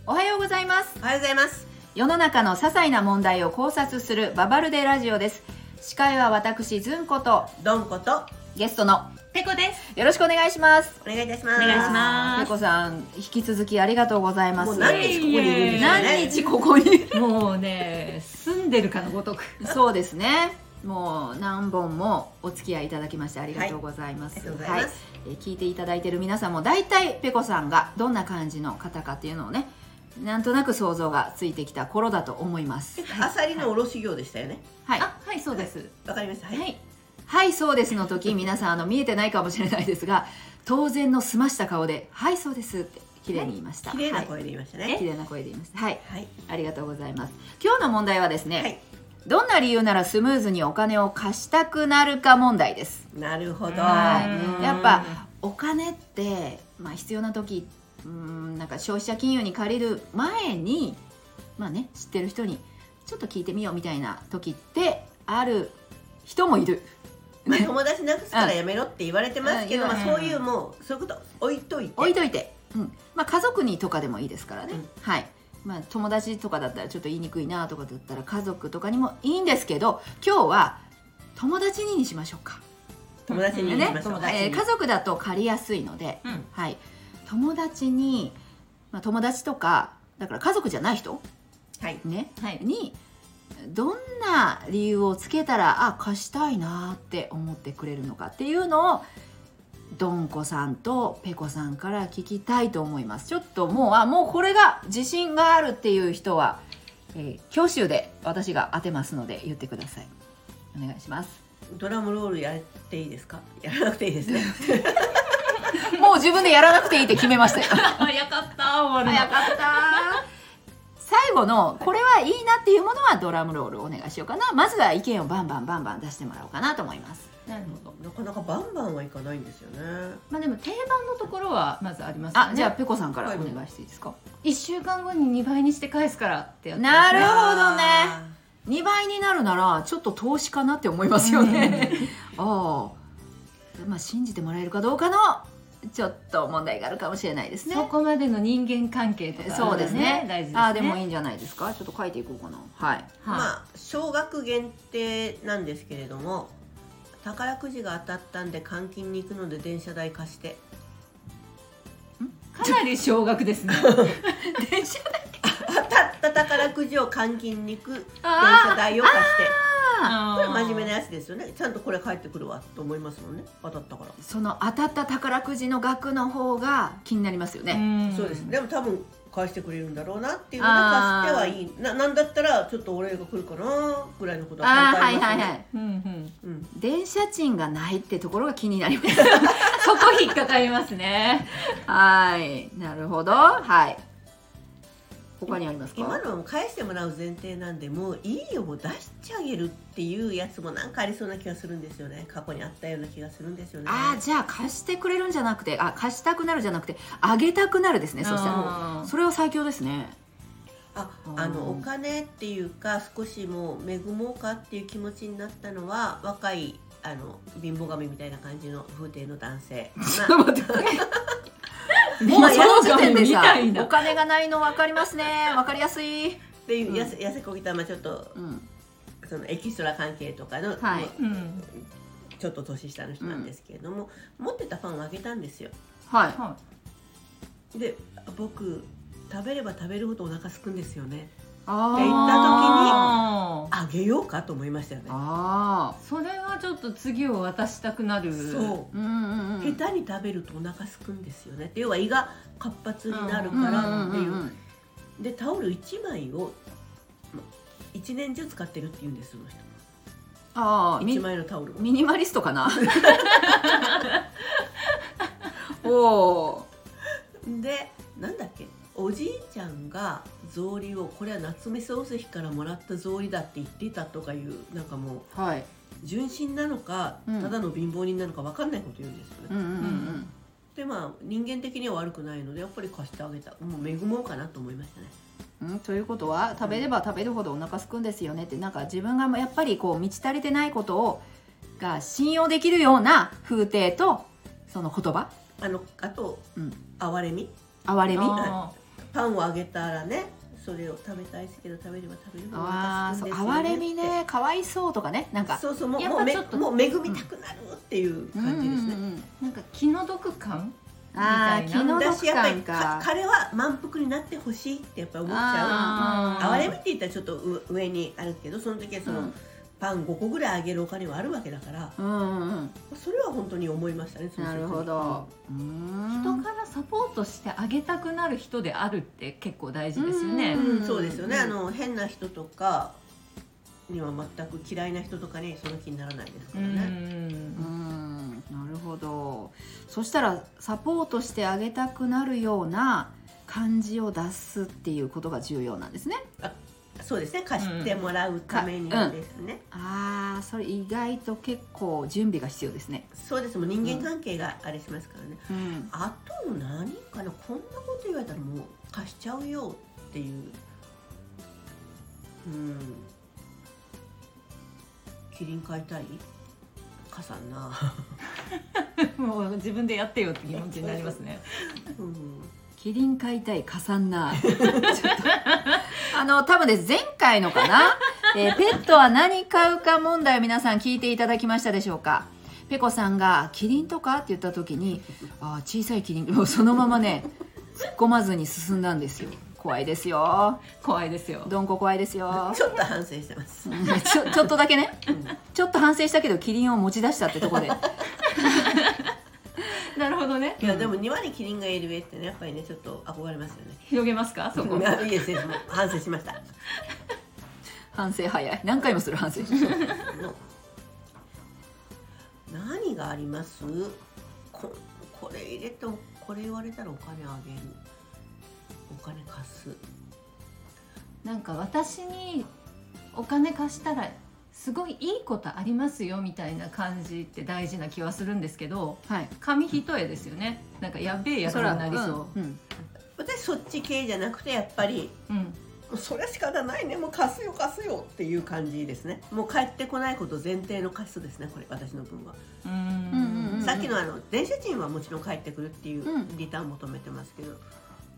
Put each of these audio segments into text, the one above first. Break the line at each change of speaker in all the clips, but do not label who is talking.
ます
おはようございます
世の中の些細な問題を考察するババルデラジオです司会は私ずんこと
どんこと
ゲストの
ペコです。
よろしくお願いします
お願いいたします
お願いします
ペコさん引き続きありがとうございます
もう何日ここにいるんですかね
何日ここに
もうね、住んでるかのごとく。
そうですねもう何本もお付き合いいただきましてありがとうございま
ありが
す、
とうございます、
えー聞いていただいてる皆さんも大体ペコさんがどんな感じの方かっていうのをねなんとなく想像がついてきた頃だと思います
あさりの卸業でしたよね
はい
あ、はい、そうです。
わかりましたは、
はいい。
はいそうですの時皆さんあの見えてないかもしれないですが当然の済ました顔で「はいそうです」って綺麗に言いました
綺麗な
はい
声で言いましたね
綺麗な声で言いましたはい
はい
ありがとうございます今日の問題はですね、
はい
どんな理由ならスムーズにお金を貸したくなるか問題です
なるほど
は
は
う
い、
ん
やっぱお金って、まあ、必要な時うんなんか消費者金融に借りる前に、まあね、知ってる人にちょっと聞いてみようみたいな時ってある人もいる。
まあ、友達なくすからやめろって言われてますけど、
うん
まあ、
うん
そういうもうそういうこと置いといて
置いといて、うんまあ、家族にとかでもいいですからね、
うん
はいまあ、友達とかだったらちょっと言いにくいなとかだったら家族とかにもいいんですけど今日は友達ににしましょうか、
友達に言いましょう、
ね友達に
えー家族だと借りやすいので、
うん
はい、友達に、まあ、友達とかだから家族じゃない人、
はい
ね
はい。
にどんな理由をつけたらあ貸したいなって思ってくれるのかっていうのをどんこさんとペコさんから聞きたいと思いますちょっともうあもうこれが自信があるっていう人は、えー教習で私が当てますので言ってくださいお願いします
ドラムロールやっていいですかやらなくていいですね
もう自分でやらなくていいって決めましたよ
あ、やかった、終わ
早
る
かった最後のこれはいいなっていうものはドラムロールお願いしようかなまずは意見をバンバンバンバン出してもらおうかなと思います
の。なるほど。
なかなかバンバンはいかないんですよね
まあ、でも定番のところはまずありますよね。
あ、じゃあペコさんから
は
お
い
願いしていいですか。
一週間後に二倍にして返すからってやつ、
なるほどね
あ
2倍になるならちょっと投資かなって思いますよね。 ああ、まあ信じてもらえるかどうかのちょっと問題があるかもしれないですね
そ。こまでの人間関係とか、
そうですね。
大事ですね。
ああでもいいんじゃないですか。ちょっと書いていこうかな。はい。
ー
はい、
まあ少額限定なんですけれども宝くじが当たったんで換金に行くので電車代 貸して
かなり少額ですね。
電車 代。
当たった宝くじを換金に行く電車
あ
代を貸して
あ
これ真面目な
ね。
やつですよねちゃんとこれ返ってくるわと思いますもんね当たったから
あ、その当たった宝くじの額の方が気になりますよ
う
ね。
ん
そうです。でも多分返してくれるんだろうなっていうので貸してはいいななんだったらちょっとお礼が来るかなぐらいのこと
ああ、
考
は
え
い
ます
は
よ
い
ね
はい。
うんうん。
うん
電車賃がないってところが気になります。
そこ引っかかりますね。
はい、なるほど。はい。他にありますか。
今のはもう返してもらう前提なんでもういいよもう出してあげるっていうやつもなんかありそうな気がするんですよね過去にあったような気がするんですよね
ああじゃあ貸してくれるんじゃなくてあ貸したくなるじゃなくてあげたくなるですねそしたら
あー
それは最強ですね
あ
うん
あのお金っていうか少しもう恵もうかっていう気持ちになったのは若いあの貧乏神みたいな感じの風亭の男 性まあ
もうそ
も
の
うその
時
時
点
点
で
で
さ
さ
お金がないの分かりますね分かりやすい、
っていうやせ痩せこぎたまあちょっと
うん、
そのエキストラ関係とかの、
はい
うん。
ちょっと年下の人なんですけれども、持ってたパンをあげたんですよ
はい
は
で僕食べれば食べるほどお腹空くんですよね
あ
って言った
ー
あー
あげようかと思いましたよね
あ
それはちょっと次を渡したくなる
そ
ーうんうん
う、
うん
下手に食べるとお腹空くんですよねって要は胃が活発になる
うん
か
う
らっ
ん
て
う
い
ん
う、
うん
でタオル1枚を1年中使ってるって言うんですその人
ああ
1枚のタオルを
ミニマリストか なおー
でなんだっけおじいちゃんが草履をこれは夏目漱石からもらった草履だって言っていたとかいうなんかもう
はい
純真なのか、
うん
ただの貧乏人なのか分かんないこと言うんですよね、
うんうんうんうん
でまあ人間的には悪くないのでやっぱり貸してあげたもう恵もうかなと思いましたね
うん、ということは食べれば食べるほどお腹空くんですよねってなんか自分がやっぱりこう満ち足りてないことをが信用できるような風景とその言葉
あのあと、
うん
哀れみ
哀れみ
あ
パンをあげたらねそれを食べたいですけど食べれば食べるほどお
あ
腹
あ
すく
そう
んですよ
哀
ね
れみねかわいそうとかねなんか
そうそうもう
やっ
も
ぱ
うめ
ちょっと
もう恵みたくなるっていう感じですね、
うんうんうん
なんか気の毒感
ああ
みた
気
いな
の
だし
毒
やっぱり
感
か
か
彼は満腹になってほしいってやっぱ思っちゃう
あ
ー
哀れみって言ったらちょっとう上にあるけどその時はその、
うん
パン5個ぐらいあげるお金はあるわけだから
うんうんうん
それは本当に思いましたねその
な
時に
るほどうーん
人からサポートしてあげたくなる人であるって結構大事ですよね
うん
うん
そうですよね、
うん
あの変な人とかには全く嫌いな人とかにその気にならないですか
う
らね、
うんんなるほどそしたらサポートしてあげたくなるような感じを出すっていうことが重要なんですね
そうですね貸してもらうためにはですね、
ああそれ意外と結構準備が必要ですね
そうですもう人間関係があれしますからね、
うん
あと何かなこんなこと言われたらもう貸しちゃうよっていううんキリン買いたい貸さん な、
もう自分でやってよって気持ちになりますね
うん、
キリン飼いたい加算な ちょっとあの多分です前回のかな、えーペットは何飼うか問題を皆さん聞いていただきましたでしょうかペコさんが「キリンとか?」って言った時に「あー小さいキリン」もうそのままね突っ込まずに進んだんですよ怖いですよ
怖いですよ
どんこ怖いですよ
ちょっと反省してます
うんちょちょっとだけね
うん
ちょっと反省したけどキリンを持ち出したってとこで
なるほどね
いやでも庭にキリンがいる上ってねやっぱりねちょっと憧れますよね
広げますかそ こ
あいいですねもう反省しました
反省早い何回もする反省
の何がありますここれ入れとこれ言われたらお金あげるお金貸す
なんか私にお金貸したらすごいいいことありますよみたいな感じって大事な気はするんですけど
はい
紙一重ですよねなんかやっべえやつになりそう
うんうん
私そっち系じゃなくてやっぱり
うん
もうそれは仕方ないねもう貸すよ貸すよっていう感じですねもう帰ってこないこと前提の貸すですねこれ私の分は、
うー
うんうんうん
ん
さっきのあの電車賃はもちろん帰ってくるっていう
うん
リターン求めてますけど、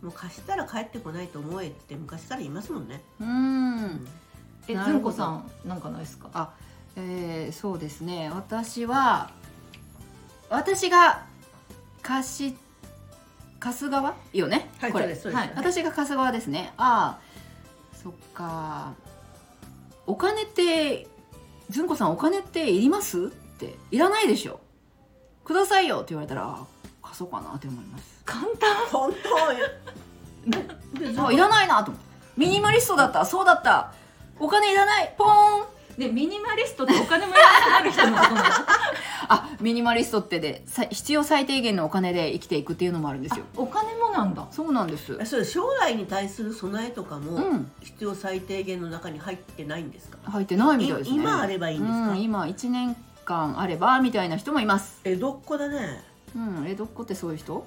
もう貸したら帰ってこないと思えって昔から言いますもんね、
うん
え
な
ず
るほど
んこさんなんかないですか
えーそうですね私は私が貸し貸す側よね、
はい
これ
そうですそうです
はい、私が貸す側ですねああそっかお金ってずんこさんお金っていりますっていらないでしょくださいよって言われたらああ貸そうかなって思います
簡単
本当よ
あいらないなと思ってミニマリストだったそうだったお金いらないポーン
でミニマリストってお金もいらなくなる人のことなの
あミニマリストってでさ必要最低限のお金で生きていくっていうのもあるんですよ
あお金もなんだ
そうなんです
えそれ将来に対する備えとか
う
も
ん
必要最低限の中に入ってないんですか、
入ってないみたいですね
い今あればいいんですか
うん、今1年間あればみたいな人もいます
江戸っ子だね
うん江戸っ子ってそういう人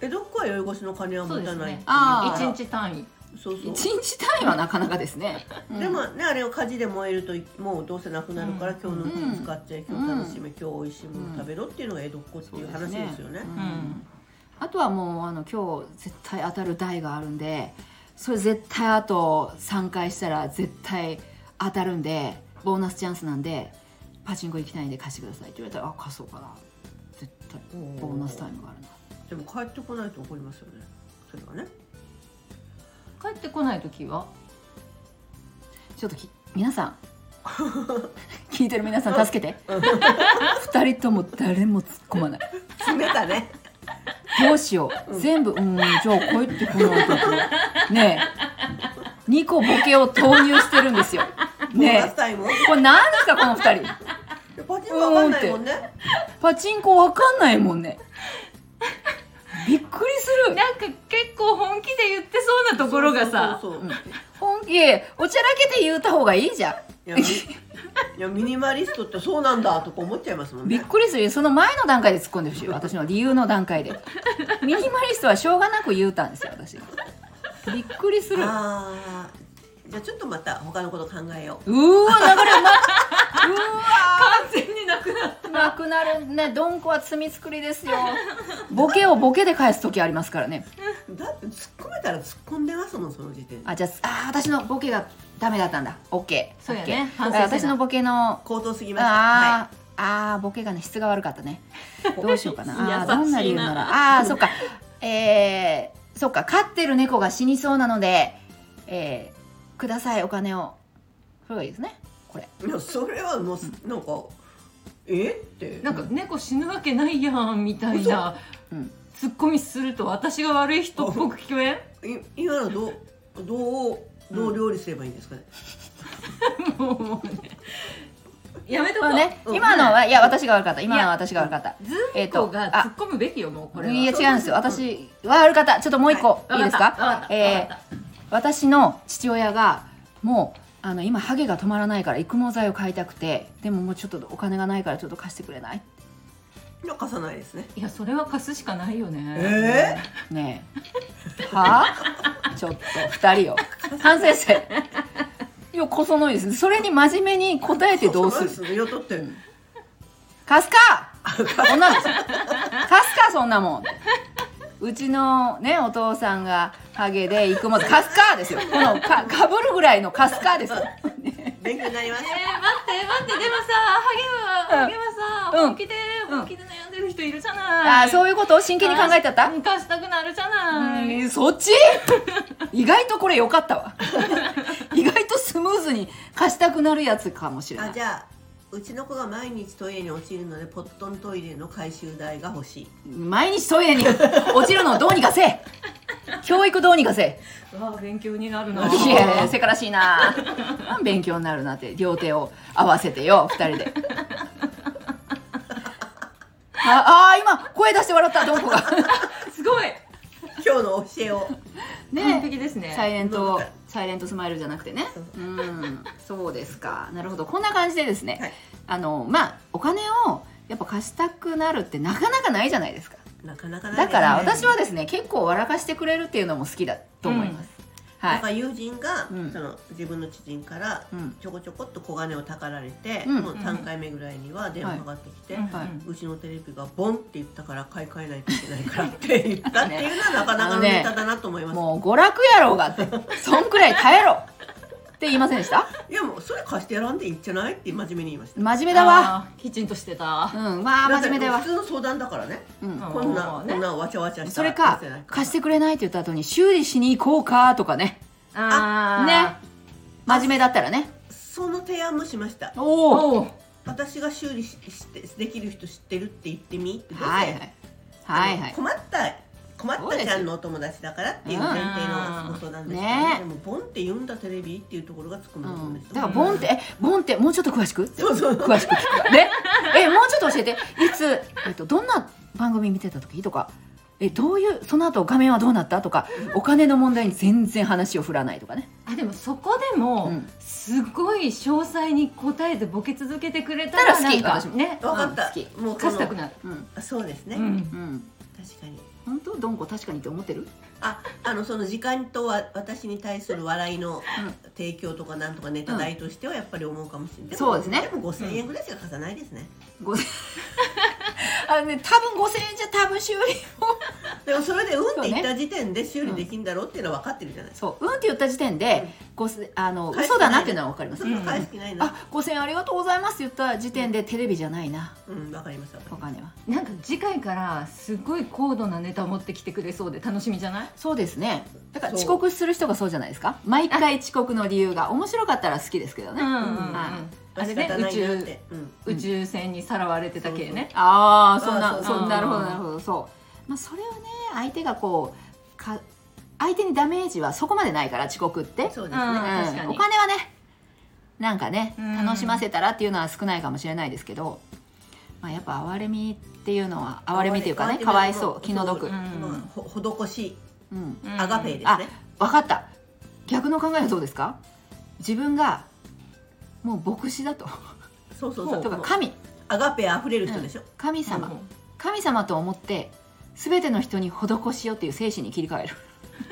江戸っ子は宵越しの金は持たないっていう
あ
一
ー
日単位
そうそう
一日単位はなかなかです ね、うん
でもねあれを火事で燃えるともうどうせなくなるから、
うん
今日のうちに使っちゃい、今日楽しめ、今日美味しいも
う
の
ん
食べろっていうのが江戸っ子っていう話ですよね
う
うんん
あとはもうあの今日絶対当たる台があるんでそれ絶対あと3回したら絶対当たるんでボーナスチャンスなんでパチンコ行きたいんで貸してくださいって言われたらあ貸そうかな絶対ボーナスタイムがあるな
でも帰ってこないと怒りますよねそれはね
帰ってこない時は
ちょっとき皆 さん聞いてる皆さん助けて 二人とも誰も突っ込まない
決めたね
どうしよう、全部うんじゃあ帰ってこないとねえ2個ボケを投入してるんですよ
ボーナ
ね
スタイム、
えこれ何ですかこの二人
パチンコわかんないもんね
パチンコわかんないもんねびっくりする
なんか結構本気で言ってそうなところがさ
そうそうそうそう
本気おちゃらけて言うた方がいいじゃ
いやみいやミニマリストってそうなんだとか思っちゃいますも
ん
ん
びっ
ね
くりするよその前の段階で突っ込んでほしい私の理由の段階でミニマリストはしょうがなく言うたんですよ私びっくりする
ああじゃあちょっとまた他のこと考えよう
うーわ流れうま
完全になくなった
なくなるねどんこは罪作りですよボケをボケで返す時ありますからね
だって突っ込めたら突っ込んでますもんその時点で
あじゃああー私のボケがダメだったんだ OK
そうやね
OK
反省せな
私のボケの
高騰すぎましたはい
あー、あーボケがね質が悪かった ねどうしようか
優しい
な
な
あーどんな理由ならあーそっかえー、そっか飼ってる猫が死にそうなので、えー、くださいお金をそれがいいですねこれ
いやそれはもうすなんかえって
なんか猫死ぬわけないやんみたいな
うん
ツッコミすると私が悪い人っぽく聞こえん
い今のどうどうどう料理すればいいんですかね、
もうもうねやめとこ
まあ
う
ね
うん
今のはいや私が悪かった今のは私が悪かった
ず
え
ん
ーと
こが
あ
突っ込むべきよもうこれはい
や違うんですよ
うん
私は悪かったちょっともう一個、
わ
い、いですか
わった
えー
わかった
私の父親がもうあの今ハゲが止まらないから育毛剤を買いたくてでももうちょっとお金がないからちょっと貸してくれない
いや貸さないですね
いやそれは貸すしかないよね
え
ねえ はあちょっと2人よ反省していやこそのいですねそれに真面目に答えてどうする
るいやだって
貸すかそんなの貸すかそんなもんうちのねお父さんがハゲで行くもん貸すかですよこのかかぶるぐらいの貸すかですよ
勉強になりまし
えー、待って待ってでもさハゲ
う
は
ん
ハゲはさ
うん
本気で
うん
本気で悩んでる人いるじゃない
ああそういうことを真剣に考えちゃった
貸し貸したくなるじゃない、
うんそっち意外とこれ良かったわ意外とスムーズに貸したくなるやつかもしれ
た
ない
あじゃあうちの子が毎日トイレに落ちるのでポットントイレの回収代が欲しい
毎日トイレに落ちるのをどうにかせえ教育どうにかせえ
わあ勉強になるない
やいやせからしいな勉強になるなって両手を合わせてよ二人でああー今声出して笑ったどんこが
すごい
今日の教えを
完
ね
璧です
サイ
ね
レントサイレントスマイルじゃなくてねうんそうですかなるほどこんな感じでですね、
はい
あのまあお金をやっぱ貸したくなるってなかなかないじゃないですか
なかなかない
だから私
は、
はですね結構笑かしてくれるっていうのも好きだと思います、は
なん
い
か友人が、
うん
その自分の知人から
うん
ちょこちょこっと小金をたかられて、
うん
もう3回目ぐらいには電話かかってきて、
うん
はいう
ちのテレビがボンって言ったから買い替えないといけないからって言ったっていうのはなかなかのネタだなと思います、
もう娯楽やろうがってそんくらい耐えろって言いませんでした
いやもうそれ貸してやらんでいいんじゃないって真面目に言いました
真面目だわ
あーきちんとしてた
うんまあ
だっ
真
て
面目だわ
普、通の相談だからね
うん
あ、
こんな、
もうね
こんなわちゃわちゃした
それか貸してくれないって言った後に修理しに行こうかとかね
あ
ね真面目だったらね
その提案もしました
おお
おう
私が修理ししてできる人知ってるって言ってみって
はいはいはいは
あの
い
困った困っ
そうで
た
す
ち
よ
ゃんのお友達だからっていう前提のご相談ですから
ね
ねでもボンって言うんだテレビっていうところがつく
う
まんで
ん
す、
だからボンってえボンってもうちょっと詳しく
そうそう
詳しく聞くねえもうちょっと教えていつ、えっと、どんな番組見てた時とかえどういうその後画面はどうなったとかお金の問題に全然話を振らないとかね
あでもそこでも、
うん
すごい詳細に答えてボケ続けてくれた
た
ら
ら好き
なん
私
か
も
ね
わか
うん
っ
好
た
き
もうこ
貸したく
の
なる、
うん
あそうですね、
うん
うん
確かに
本当どんこ確かにって思ってる
ああのその時間とは私に対する笑いの提供とかなんとかネタ代としてはやっぱり思うかもしれない、も
そうですね
でも5000円ぐらいしか貸さないですね、
ご あのね多分5000円じゃ多分修理を
でもそれでうんって言っ
そう
た時点で修理できんだろうっていうのは分かってるじゃないですか、
そううんって言った時点で、ごすあの
返してない
嘘だなっていうのは分かります、
それも返す気ないな、
あ5000円ありがとうございますって言った時点でテレビじゃないな
うん分かりました
お金は
なんか次回からすごい高度なネタを持ってきてくれそうで楽しみじゃない
そうですねだから
そう
遅刻する人がそうじゃないですか毎回遅刻の理由が面白かったら好きですけどね、
うんうんうん
は
あれね
仕方
宇
ないなっ
宙
て、うん
宇宙船にさらわれてた系ね
ああそんな
あー
そ
そうう
なるほど
うん
なるほどそう、まあ、それをね相手がこうか相手にダメージはそこまでないから遅刻って
そううですね、
うん
ん
確かに
お金はねなんかね
うん
楽しませたらっていうのは少ないかもしれないですけど、まあ、やっぱ哀れみっていうのは哀れみっていうかねかわいそう気の毒
うんまあほ施し
うん
うん
アガペイです
あ
ね、
分かった逆の考えはどうですか自分がもう牧師だと
そうそうそ
と
う
か
もう
神
アガペイ溢れる人でしょ、
神様、
うん
神様と思って全ての人に施しようっていう精神に切り替える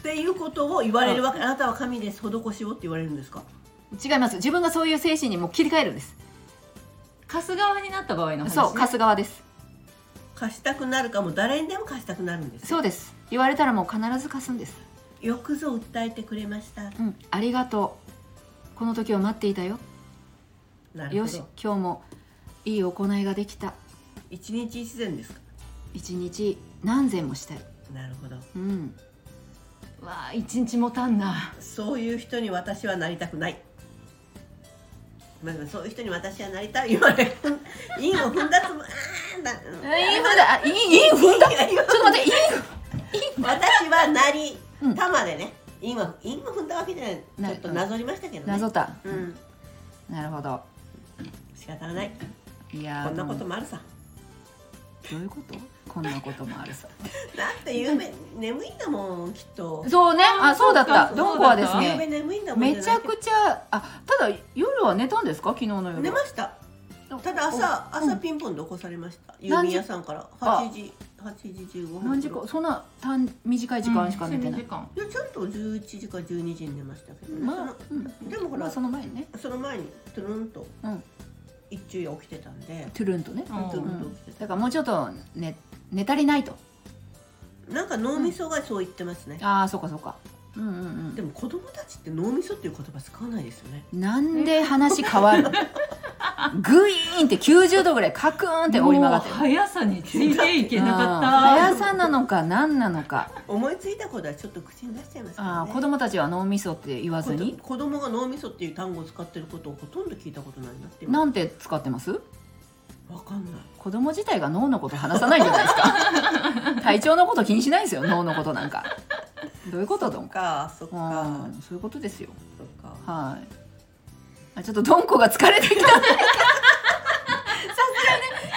っていうことを言われるわけあなたは神です施しをって言われるんですか
違います自分がそういう精神にもう切り替えるんです
貸す側になった場合の話、ね、
そう貸す側です
貸したくなるかも誰にでも貸したくなるんです
そう
よ
です言われたらもう必ず貸すんです
よくぞ訴えてくれました
うんありがとうこの時を待っていたよ
なる
よ
ほ
し
ど
今日もいい行いができた
一日一善ですか
一日何千もしたい
なるほど
うん
わあ一日もたんな
そういう人に私はなりたくない。まあ、そういう人に私はなりたい言わ れ。インを踏んだつも。あーな
インフだあインインフ
踏んだ。ちょっ
ちょっと待ってイン
私はなり
うん。
玉でね。インは、インを踏んだわけじゃない。
な
ちょっとなぞりましたけどね。
なぞった
うん。
なるほど
仕方がない。
いやー
こんなこと
も
もあるさ。
うどういうことこんなこともあるさ
だって、ゆうべ、眠いんだもん、きっと。
そうねあそうだった
そうか
ドンコはです
ゆうべ
ね
眠いんだもんじ
め
ない。
ちゃくちゃあただ夜は寝たんですか昨日の夜
寝ました。ただ朝、朝ピンポンで起こされました。郵
何時
便屋さんから。
あ
八時、八時十五分。
何時間そんな短短い時間しか寝てない、
睡眠時間
いやちゃんと11時か12時に寝ましたけどね、
まあ、
そのでもほ
ま
ら
あ
そ
その前にね
の前にトゥルンと
うん
一昼夜起きてたんで
トゥルンとね
ト
うん
ゥルン
う
と
ん
起きて
だからもうちょっと寝寝足りないと
たなんか脳みそがそう言ってますね、
ああそうかそうかうんうん
でも子供たちって脳みそっていう言葉使わないですよね
うんなんで話変わるのグイーンって90度ぐらいカクーンって折り曲がって
も
る
う速さについていけなかった
うん速さなのか何なのか
思いついたことはちょっと口に出しちゃいますから、ね、
あー子供たちは脳みそって言わずに
こ子供が脳みそっていう単語を使ってることをほとんど聞いたことないなって今
なんて使ってます
わかんない
子供自体が脳のこと話さないじゃないです か体調のこと気にしないですよ脳のことなんかどういうことどんか
か そっか
うんそういうことですよ
そっか
はいあちょっとドンコが疲れてきた さすがね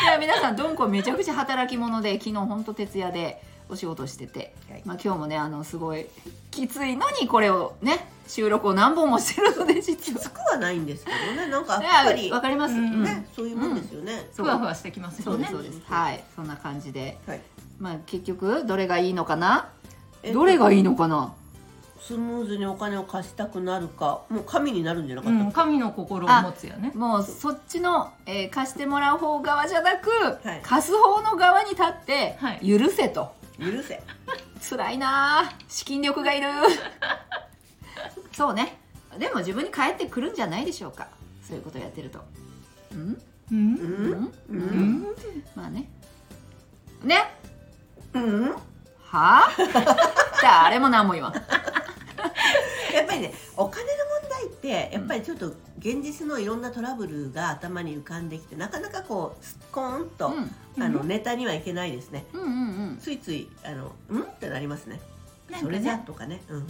いや皆さんドンコめちゃくちゃ働き者で昨日ほんと徹夜でお仕事してて、
はい
まあ、今日もねあのすごいきついのにこれをね収録を何本もしてるので実は
つくはないんですけどねなんか
い
やっぱり
やわかります、
うん
うん
ねそういうもんですよね、
そ
ふ
う
わふわしてきます
そ
よ
うで
ね
すそうですはいそんな感じで
はい
まあ結局どれがいいのかな
えっと
どれがいいのかな
スムーズにお金を貸したくなるかもう神になるんじゃなか
う
ったっけ、
ん、神の心を持つよね
もうそっちの、えー貸してもらう方側じゃなく、
はい
貸す方の側に立って
はい
許せと、
許せ
辛いなあ資金力がいる そうねでも自分に返ってくるんじゃないでしょうかそういうことをやってるとうん
う、
うんん
う、
うんん
まあねね
うん
はあ 誰も何も言わん
やっぱりねお金の問題ってやっぱりちょっと現実のいろんなトラブルが頭に浮かんできてなかなかこうすっこーんと、
う
あのネタにはいけないですね
ん、うんうん
ついついあのうんってなりますね
なん
そ
か
れじゃ
ね
とかねうん
うんうん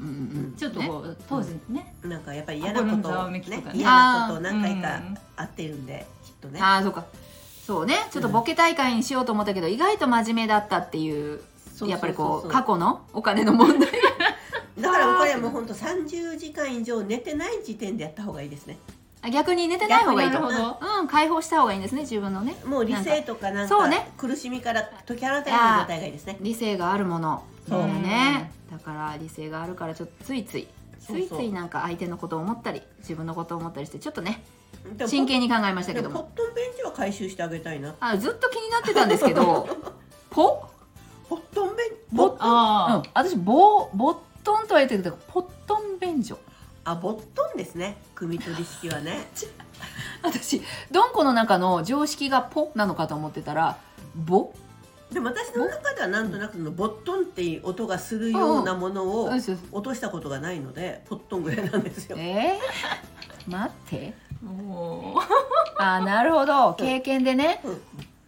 うん
ちょっとこう、当時ね
なんかやっぱり嫌なこと
心のざ
を
わめ
ね
きとかね
嫌なことを何回
う
か
ん
あってるんで、きっとね
ああそうかそうねちょっとボケ大会にしようと思ったけど、意外と真面目だったっていう
そうそうそうそう
やっぱりこう過去のお金の問題
だからこれはもう本当30時間以上寝てない時点でやった方がいいですね
あ逆に寝てない方がいいと
逆になるほ
うん解放した方がいいんですね自分のね
もう理性とかなん
そう
か
ね
苦しみから解き放たれた状態がいいですね。
理性があるもの
そう
だねだから理性があるからちょっとついつい
そ
つ
うそ
いうついなんか相手のことを思ったり自分のことを思ったりしてちょっとね
でも
真剣に考えましたけ
で
ど
もポッ
も
トンベンチは回収してあげたいな。
あずっと気になってたんですけ どポ
ポットンベンチ
ポ
ポ
ッう
ッ
あ
ん私ボーボットンとは言ってるけどポットン便所
あボットンですね。組取り式はね。
私ドンコの中の常識がポなのかと思ってたらボ
でも私の中ではなんとなくそのボットンっていう音がするようなものを
うんそう
落としたことがないのでポットンぐらいなんですよ。
えー、待って
あも
あーなるほど経験でね
うん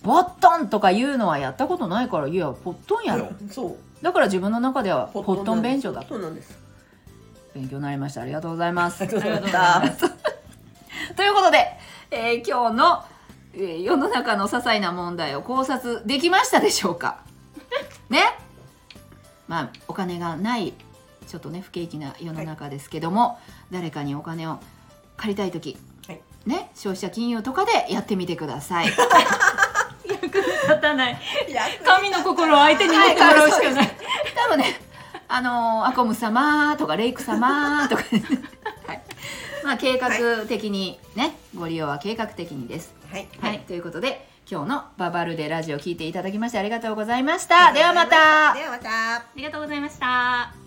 ボットンとか言うのはやったことないからいやポットンやろ
そう。
だから自分の中ではポットン
なん
便
です
所だ
そうなんです。
勉強になりましたありがとうございます
うございます
た。
ということで、えー今日の、えー世の中の些細な問題を考察できましたでしょう かねまあお金がないちょっとね不景気な世の中ですけども、誰かにお金を借りたい時、
はい
ね消費者金融とかでやってみてくだ さい。
う役に立たない
神
神の心を相手に持ってもらうしかない
多分ね、あのーアコム様とかレイク様とか、ね、はい、まあ計画的にね、ご利用は計画的にです。
はい
はい、
はい
ということで今日のババルデラジオ聞いていただきましてありがとうございました。ではまた。
ではまた
ありがとうございました。